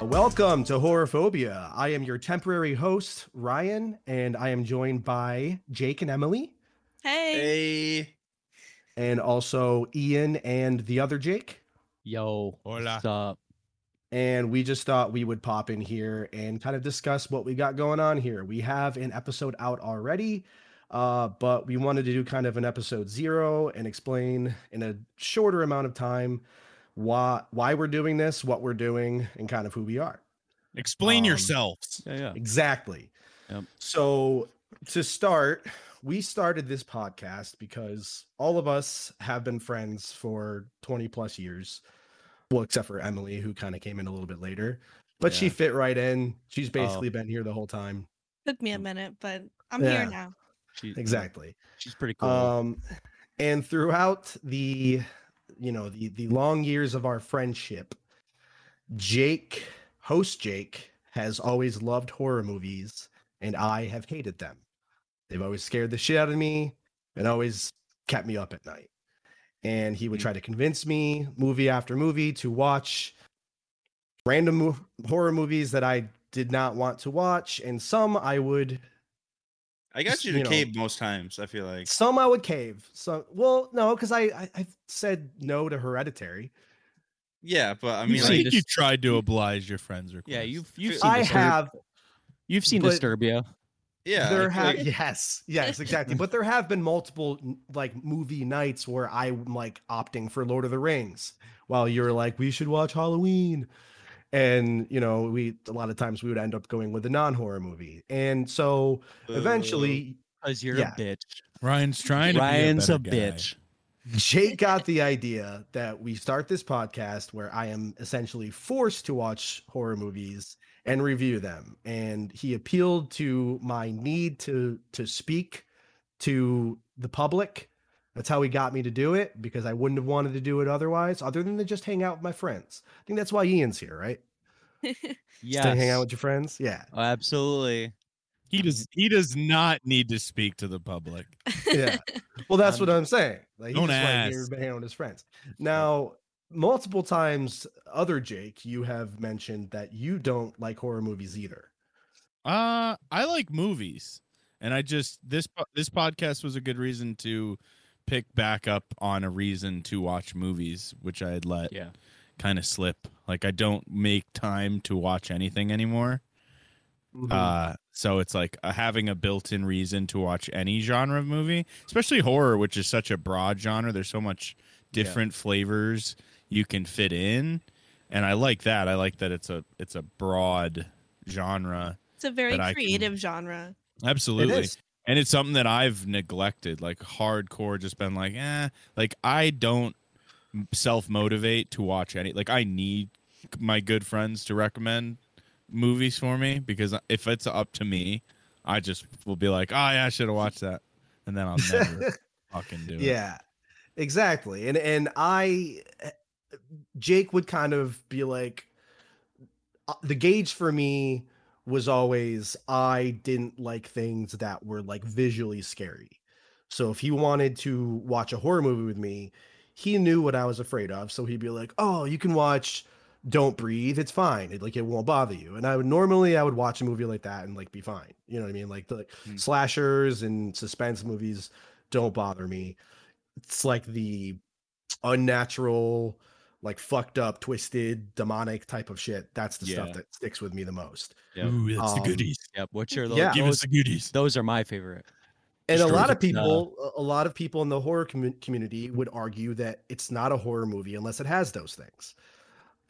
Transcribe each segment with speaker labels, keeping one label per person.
Speaker 1: Welcome to Horrorphobia. I am your temporary host, Ryan, and I am joined by Jake and Emily,
Speaker 2: Hey.
Speaker 3: Hey.
Speaker 1: and also Ian and the other Jake.
Speaker 4: Yo,
Speaker 3: Hola.
Speaker 4: what's up?
Speaker 1: And we just thought we would pop in here and kind of discuss what we got going on here. We have an episode out already, uh, but we wanted to do kind of an episode zero and explain in a shorter amount of time why why we're doing this, what we're doing, and kind of who we are.
Speaker 3: Explain
Speaker 1: Um,
Speaker 3: yourselves.
Speaker 4: Yeah, yeah.
Speaker 1: Exactly.
Speaker 4: Yep.
Speaker 1: So to start, we started this podcast because all of us have been friends for 20 plus years. Well, except for Emily, who kind of came in a little bit later, but she
Speaker 4: Yeah.
Speaker 1: fit right in. She's
Speaker 4: Oh.
Speaker 1: basically been here the whole time.
Speaker 2: Took me a minute, but I'm
Speaker 1: Yeah.
Speaker 2: here now.
Speaker 4: She- yeah,
Speaker 1: Exactly.
Speaker 4: She's pretty cool.
Speaker 1: Um, and throughout the, you know, the the long years of our friendship, Jake, host Jake, has always loved horror movies, and I have hated them. They've always scared the shit out of me, and always kept me up at night. And he would
Speaker 4: Mhm.
Speaker 1: try to convince me, movie after movie, to watch random mo- horror movies that I did not want to watch, and some I would
Speaker 3: I got
Speaker 1: just,
Speaker 3: you to
Speaker 1: you know-
Speaker 3: cave most times, I feel like.
Speaker 1: some I would cave. Some, well, no, because I, I I said no to Hereditary.
Speaker 3: Yeah, but I
Speaker 4: You
Speaker 3: mean
Speaker 4: see
Speaker 3: like
Speaker 4: this-
Speaker 5: you tried to oblige your friends request.
Speaker 4: yeah, you've you've
Speaker 3: I
Speaker 4: seen
Speaker 1: I
Speaker 4: Disturb-
Speaker 1: have
Speaker 4: you've seen
Speaker 1: but-
Speaker 4: Disturbia.
Speaker 3: yeah.
Speaker 1: there
Speaker 3: I feel
Speaker 1: have
Speaker 3: like-
Speaker 1: yes yes exactly, but there have been multiple n- like movie nights where I'm like opting for Lord of the Rings, while you're like we should watch Halloween, and you know we a lot of times we would end up going with a non horror movie, and so eventually
Speaker 4: Because you're
Speaker 1: Yeah.
Speaker 4: a bitch.
Speaker 5: Ryan's trying to
Speaker 4: Ryan's
Speaker 5: be
Speaker 4: a,
Speaker 5: a, better guy.
Speaker 4: bitch.
Speaker 1: Jake got the idea that we start this podcast where I am essentially forced to watch horror movies and review them. And he appealed to my need to to speak to the public. That's how he got me to do it because I wouldn't have wanted to do it otherwise, other than to just hang out with my friends. I think that's why Ian's here, right?
Speaker 4: Yeah.
Speaker 1: To hang out with your friends. Yeah.
Speaker 4: Oh, absolutely.
Speaker 5: He does. He does not need to speak to the public.
Speaker 1: yeah. Well, that's what
Speaker 4: Um,
Speaker 1: I'm saying. Like, he
Speaker 5: don't
Speaker 1: just wanted to
Speaker 5: ask.
Speaker 1: hang out with his friends. Now, multiple times, other Jake, you have mentioned that you don't like horror movies either.
Speaker 5: Uh, I like movies, and I just this po- this podcast was a good reason to pick back up on a reason to watch movies, which I had let
Speaker 4: Yeah.
Speaker 5: kind of slip. Like I don't make time to watch anything anymore.
Speaker 1: Hmm.
Speaker 5: Uh, so it's like uh, having a built-in reason to watch any genre of movie, especially horror, which is such a broad genre. There's so much
Speaker 4: Yeah.
Speaker 5: different flavors you can fit in, and I like that. I like that it's a it's a broad genre.
Speaker 2: It's a very
Speaker 5: But I can-
Speaker 2: creative genre.
Speaker 1: It
Speaker 5: Absolutely,
Speaker 1: is.
Speaker 5: and it's something that I've neglected, like hardcore. Just been like, eh, like I don't self motivate to watch any. Like I need my good friends to recommend movies for me because if it's up to me, I just will be like, oh yeah, I should have watched that, and then I'll never fucking do it.
Speaker 1: Yeah, exactly. And and I, eh, Jake would kind of be like, uh, the gauge for me was always I didn't like things that were like visually scary. So if he wanted to watch a horror movie with me, he knew what I was afraid of. So he'd be like, "Oh, you can watch." Don't breathe. It's fine. It, like it won't bother you. And I would normally I would watch a movie like that and like be fine. You know what I mean? Like the like,
Speaker 4: Hmm.
Speaker 1: slashers and suspense movies don't bother me. It's like the unnatural, like fucked up, twisted, demonic type of shit. That's the stuff
Speaker 4: Yeah.
Speaker 1: that sticks with me the most.
Speaker 4: Yep.
Speaker 5: Ooh, that's
Speaker 1: Um,
Speaker 5: the goodies.
Speaker 4: Yep. What's your those,
Speaker 1: Yeah.
Speaker 5: Give us
Speaker 4: those,
Speaker 5: the goodies.
Speaker 4: those are my favorite.
Speaker 1: And a
Speaker 5: Sure.
Speaker 1: lot of
Speaker 4: Uh,
Speaker 1: people, a- a lot of people in the horror commu- community would argue that it's not a horror movie unless it has those things.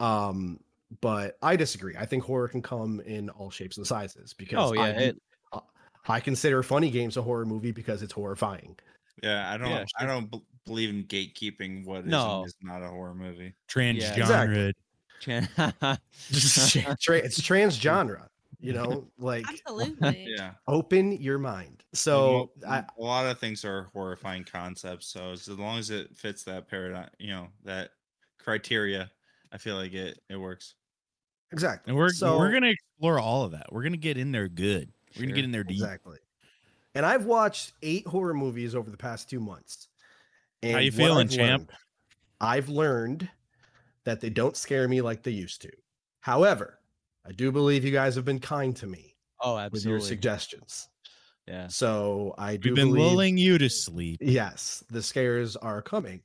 Speaker 1: Um, but I disagree. I think horror can come in all shapes and sizes because
Speaker 4: Oh yeah.
Speaker 1: I,
Speaker 4: It,
Speaker 1: I consider Funny Games a horror movie because it's horrifying.
Speaker 3: Yeah, I don't.
Speaker 4: Yeah,
Speaker 3: I don't b- believe in gatekeeping. What is
Speaker 4: No.
Speaker 3: and is not a horror movie?
Speaker 5: Transgenre.
Speaker 1: Exactly.
Speaker 4: Chan- Oh,
Speaker 1: Tra- it's trans genre, you know, like
Speaker 2: Absolutely.
Speaker 3: Yeah.
Speaker 1: open your mind. So
Speaker 3: Well,
Speaker 1: I,
Speaker 3: a lot of things are horrifying concepts. So as long as it fits that paradigm, you know, that criteria, I feel like it it works.
Speaker 1: exactly.
Speaker 5: And we're
Speaker 1: so,
Speaker 5: we're gonna explore all of that. We're gonna get in there good. We're gonna
Speaker 3: Sure.
Speaker 5: get in there deep.
Speaker 1: exactly. And I've watched eight horror movies over the past two months. And
Speaker 5: you
Speaker 1: what
Speaker 5: feeling,
Speaker 1: I've
Speaker 5: champ?
Speaker 1: learned- I've learned that they don't scare me like they used to. However, I do believe you guys have been kind to me
Speaker 4: oh,
Speaker 1: with
Speaker 4: absolutely.
Speaker 1: your suggestions.
Speaker 4: yeah.
Speaker 1: So I do
Speaker 5: We've been
Speaker 1: believe,
Speaker 5: lulling you to sleep.
Speaker 1: Yes, the scares are coming.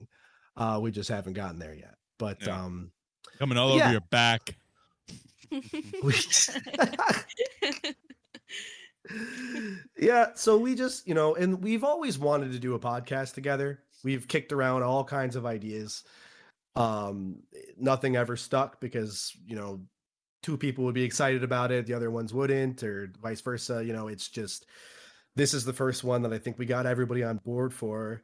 Speaker 1: Uh, we just haven't gotten there yet. But
Speaker 3: Yeah.
Speaker 1: um,
Speaker 5: Coming all
Speaker 1: Yeah.
Speaker 5: over your back.
Speaker 1: we, yeah so we just you know and we've always wanted to do a podcast together we've kicked around all kinds of ideas um nothing ever stuck because you know two people would be excited about it the other ones wouldn't or vice versa you know it's just this is the first one that i think we got everybody on board for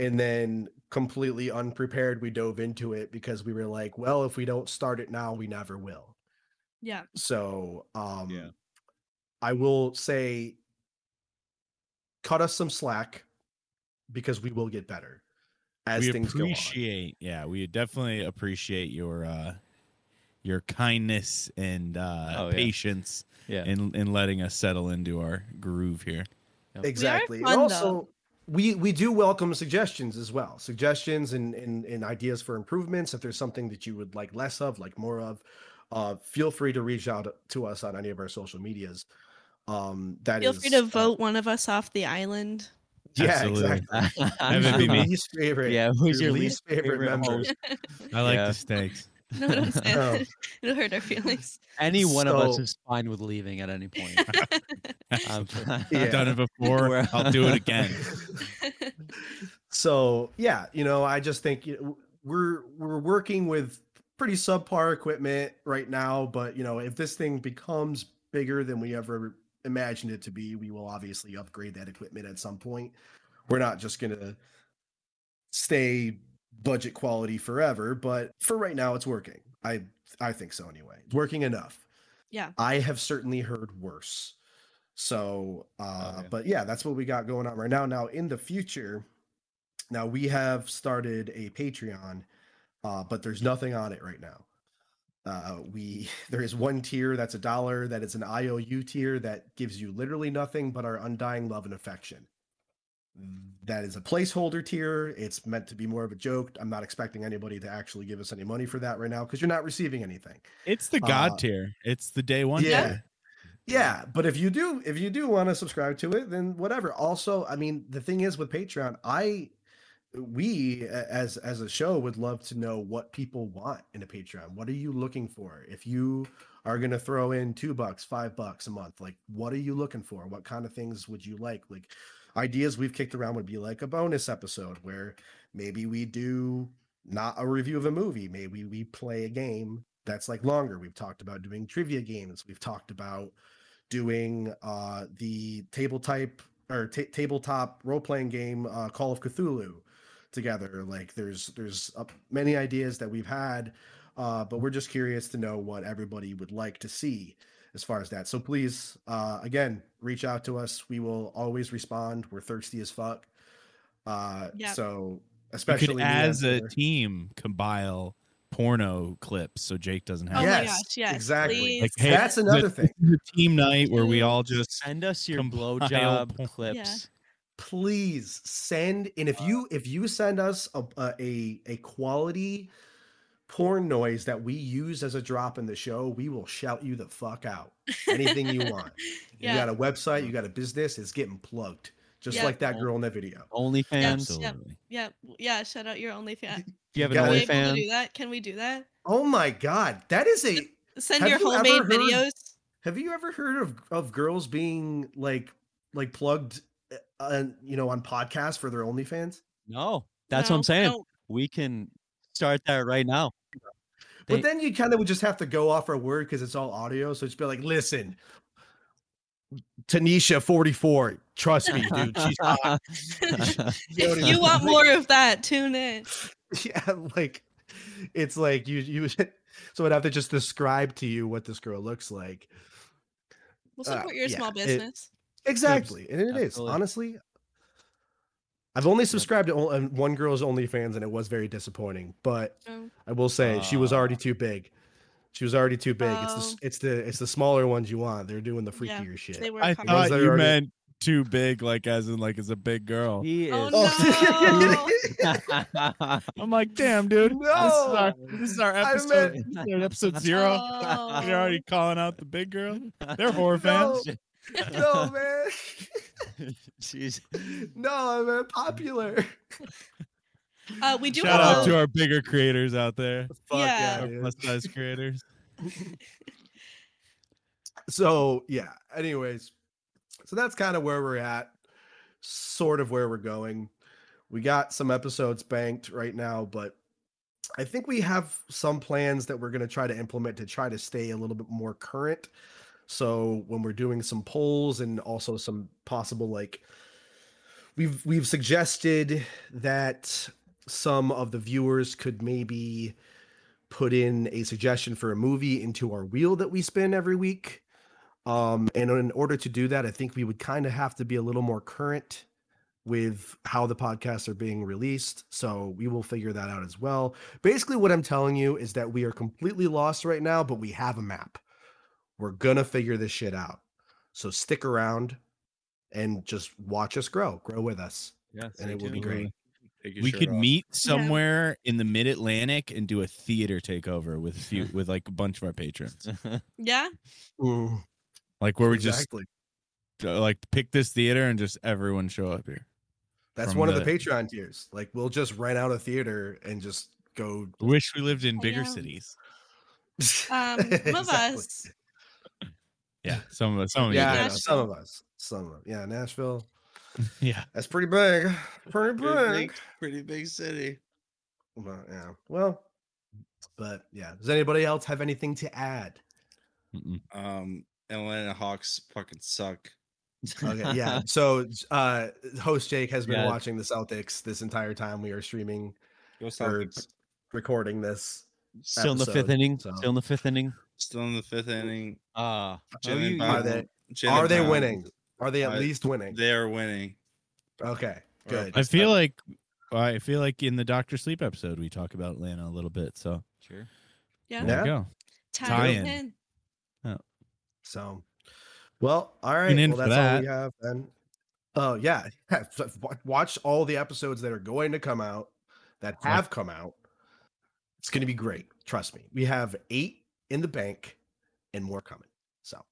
Speaker 1: and then completely unprepared we dove into it because we were like well if we don't start it now we never will
Speaker 2: yeah.
Speaker 1: so um I will say cut us some slack because we will get better as
Speaker 5: we
Speaker 1: things
Speaker 5: appreciate yeah we definitely appreciate your uh your kindness and uh
Speaker 4: Oh, yeah.
Speaker 5: patience
Speaker 4: Yeah.
Speaker 5: in in letting us settle into our groove here
Speaker 1: go on. Exactly.
Speaker 2: fun,
Speaker 1: and
Speaker 2: though.
Speaker 1: also we we do welcome suggestions as well. Suggestions and, and and ideas for improvements. If there's something that you would like less of, like more of, uh feel free to reach out to us on any of our social medias. Um that
Speaker 2: Feel
Speaker 1: is,
Speaker 2: free to
Speaker 1: uh,
Speaker 2: vote one of us off the island.
Speaker 1: yeah,
Speaker 5: Absolutely.
Speaker 1: exactly.
Speaker 5: That'd be
Speaker 1: Your
Speaker 5: me.
Speaker 1: least favorite.
Speaker 4: Yeah, who's
Speaker 1: your
Speaker 4: your
Speaker 1: least favorite member?
Speaker 4: host?
Speaker 5: i like
Speaker 4: Yeah.
Speaker 5: the stakes
Speaker 2: You know what I'm saying?
Speaker 1: No.
Speaker 2: It'll hurt our feelings.
Speaker 4: Any one of us
Speaker 1: So-
Speaker 4: is fine with leaving at any point. Um,
Speaker 5: i've done it before
Speaker 4: We're-
Speaker 5: i'll do it again
Speaker 1: so yeah you know i just think you know, we're we're working with pretty subpar equipment right now but you know if this thing becomes bigger than we ever imagined it to be we will obviously upgrade that equipment at some point we're not just gonna stay budget quality forever but for right now it's working i i think so anyway it's working enough
Speaker 2: Yeah.
Speaker 1: i have certainly heard worse so uh
Speaker 3: yeah.
Speaker 1: but yeah that's what we got going on right now now in the future now we have started a patreon uh but there's nothing on it right now uh we there is one tier that's a dollar that is an iou tier that gives you literally nothing but our undying love and affection that is a placeholder tier. It's meant to be more of a joke. I'm not expecting anybody to actually give us any money for that right now because you're not receiving anything.
Speaker 5: it's the god
Speaker 1: God Uh,
Speaker 5: tier it's the day one
Speaker 1: yeah.
Speaker 5: tier.
Speaker 1: Yeah, but if you do if you do want to subscribe to it, then whatever. Also, I mean, the thing is with Patreon, I we a- as as a show would love to know what people want in a Patreon. What are you looking for? If you are going to throw in 2 bucks, 5 bucks a month, like what are you looking for? What kind of things would you like? Like ideas we've kicked around would be like a bonus episode where maybe we do not a review of a movie, maybe we play a game that's like longer. We've talked about doing trivia games. We've talked about doing uh, the table type or ta tabletop role playing game uh, Call of Cthulhu together. Like there's there's uh, many ideas that we've had, uh, but we're just curious to know what everybody would like to see as far as that. So please, uh, again, reach out to us. We will always respond. We're thirsty as fuck. Uh,
Speaker 2: Yep.
Speaker 1: So
Speaker 5: you
Speaker 1: especially
Speaker 5: could
Speaker 1: me
Speaker 5: as
Speaker 1: on
Speaker 5: a
Speaker 1: there.
Speaker 5: team compile porno clips so jake doesn't
Speaker 2: Oh
Speaker 5: have
Speaker 2: my
Speaker 1: Yes,
Speaker 2: gosh, yes.
Speaker 1: exactly.
Speaker 2: Please.
Speaker 5: Like, hey,
Speaker 1: that's another thing.
Speaker 5: the team night where we all just
Speaker 4: Send us your
Speaker 5: Compile
Speaker 4: blowjob
Speaker 5: porn.
Speaker 4: clips.
Speaker 1: please send and if you if you send us a a- a, a quality porn noise that we use as a drop in the show we will shout you the fuck out anything you want you
Speaker 2: yeah.
Speaker 1: got a website you got a business it's getting plugged just
Speaker 2: Yeah.
Speaker 1: like that girl in that video
Speaker 4: OnlyFans.
Speaker 2: Absolutely. Yeah. Yeah. Shout out your OnlyFans.
Speaker 4: Do you have an
Speaker 1: Yeah.
Speaker 2: Are we
Speaker 1: Only
Speaker 2: able to do
Speaker 4: OnlyFans?
Speaker 2: that? Can we do that?
Speaker 1: oh my god that is a
Speaker 2: Send
Speaker 1: Have
Speaker 2: your
Speaker 1: you ever
Speaker 2: homemade
Speaker 1: heard-
Speaker 2: videos.
Speaker 1: have you ever heard of of girls being like like plugged uh, uh, you know on podcasts for their OnlyFans?
Speaker 4: No, that's
Speaker 2: No,
Speaker 4: what I'm saying.
Speaker 2: no.
Speaker 4: We can start that right now. They-
Speaker 1: But then you kind of would just have to go off our word because it's all audio. So just be like, listen, Tanisha 44. Trust me, dude. She's
Speaker 2: Oh,
Speaker 1: hot.
Speaker 2: If you want more of that, tune in.
Speaker 1: yeah like it's like you you so i'd have to just describe to you what this girl looks like
Speaker 2: We'll
Speaker 1: Uh,
Speaker 2: support your
Speaker 1: yeah,
Speaker 2: small
Speaker 1: it-
Speaker 2: business.
Speaker 1: exactly and it is
Speaker 4: Absolutely.
Speaker 1: honestly i've only subscribed to on- uh, one girl's OnlyFans, and it was very disappointing but
Speaker 2: Um,
Speaker 1: i will say she was
Speaker 4: Ah.
Speaker 1: already too big she was already too big it's the s-
Speaker 2: Oh.
Speaker 1: it's the it's the smaller ones you want they're doing the
Speaker 2: Yeah,
Speaker 1: freakier shit
Speaker 2: They were
Speaker 5: I
Speaker 2: covered.
Speaker 5: thought
Speaker 1: that
Speaker 5: you
Speaker 1: already-
Speaker 5: meant too big, like as in like as a big girl.
Speaker 4: He
Speaker 2: Oh,
Speaker 4: is.
Speaker 1: Oh,
Speaker 5: I'm like, damn, dude. This is our, this is our
Speaker 1: I
Speaker 5: episode.
Speaker 1: meant-
Speaker 5: this is our episode zero.
Speaker 2: Oh.
Speaker 5: You're already calling out the big girl. They're horror fans.
Speaker 1: no man
Speaker 4: Jeez.
Speaker 1: no i'm uh, popular
Speaker 2: Oh. Uh, we do
Speaker 5: Shout out
Speaker 2: have
Speaker 5: to
Speaker 2: a,
Speaker 5: our bigger creators out there,
Speaker 1: Fuck
Speaker 2: Yeah.
Speaker 5: our
Speaker 1: dude.
Speaker 5: plus size creators.
Speaker 1: so yeah anyways so that's kind of where we're at sort of where we're going we got some episodes banked right now but i think we have some plans that we're going to try to implement to try to stay a little bit more current so when we're doing some polls and also some possible like we've we've suggested that some of the viewers could maybe put in a suggestion for a movie into our wheel that we spin every week. Um, and in order to do that, I think we would kind of have to be a little more current with how the podcasts are being released. So we will figure that out as well. Basically, what I'm telling you is that we are completely lost right now, but we have a map. We're going to figure this shit out. So stick around and just watch us grow, grow with us.
Speaker 4: Yeah,
Speaker 1: And it will be great.
Speaker 3: Take your
Speaker 5: we
Speaker 3: shirt
Speaker 5: could
Speaker 3: off.
Speaker 5: meet somewhere in the mid Atlantic and do a theater takeover with a few with like a bunch of our patrons.
Speaker 2: yeah.
Speaker 5: Like where we just
Speaker 1: Mm-hmm. exactly.
Speaker 5: uh, like pick this theater and just everyone show up here.
Speaker 1: That's
Speaker 5: from
Speaker 1: one of the
Speaker 5: the-
Speaker 1: Patreon tiers. Like we'll just rent out a theater and just go
Speaker 5: Wish we lived in
Speaker 2: I
Speaker 5: bigger
Speaker 2: know.
Speaker 5: cities.
Speaker 2: Um, some of
Speaker 1: Exactly.
Speaker 2: us.
Speaker 5: Yeah, some of us.
Speaker 3: Oh,
Speaker 5: Some of
Speaker 1: Yeah, I know,
Speaker 5: you.
Speaker 2: Nashville.
Speaker 1: some of us. Some of yeah, Nashville.
Speaker 5: Yeah.
Speaker 1: That's pretty big. Pretty
Speaker 3: Pretty
Speaker 1: big.
Speaker 3: big, pretty big city.
Speaker 1: Well, yeah. Well, but yeah. Does anybody else have anything to add?
Speaker 5: Mm-mm.
Speaker 3: Um, Atlanta Hawks fucking suck.
Speaker 1: Okay, yeah. So uh host Jake has been
Speaker 4: Yeah.
Speaker 1: watching the Celtics this entire time we are streaming,
Speaker 3: Go
Speaker 1: Or-
Speaker 3: Celtics.
Speaker 1: recording this.
Speaker 4: Still in the fifth
Speaker 1: episode,
Speaker 4: inning.
Speaker 1: so-
Speaker 4: Still in the fifth inning.
Speaker 3: Still in the fifth inning.
Speaker 4: Ah,
Speaker 3: Jim and
Speaker 1: Are
Speaker 3: Bob-
Speaker 1: they
Speaker 3: Jim
Speaker 1: are
Speaker 3: and
Speaker 1: they
Speaker 3: Bob,
Speaker 1: winning? Are they at
Speaker 3: Uh-huh. I-
Speaker 1: least winning?
Speaker 3: They are winning.
Speaker 1: Okay.
Speaker 3: Or
Speaker 1: Good.
Speaker 5: I
Speaker 3: Just
Speaker 5: feel
Speaker 3: that-
Speaker 5: like I feel like in the Doctor Sleep episode we talk about Atlanta a little bit. So
Speaker 4: sure.
Speaker 2: Yeah.
Speaker 5: there
Speaker 1: Yeah.
Speaker 5: you go.
Speaker 2: Tie
Speaker 5: tie-in.
Speaker 2: in.
Speaker 1: So, well, all right.
Speaker 5: in
Speaker 1: well,
Speaker 5: for
Speaker 1: that's all we have then. Oh yeah, Wa- watch all the episodes that are going to come out that
Speaker 5: Yeah.
Speaker 1: have come out. It's going to be great. Trust me. We have eight in the bank, and more coming. So,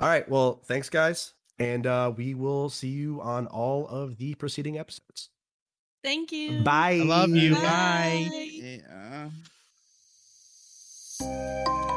Speaker 1: all right. Well, thanks guys, and uh, we will see you on all of the preceding episodes.
Speaker 2: Thank you.
Speaker 5: I love you.
Speaker 2: Bye.
Speaker 3: Yeah.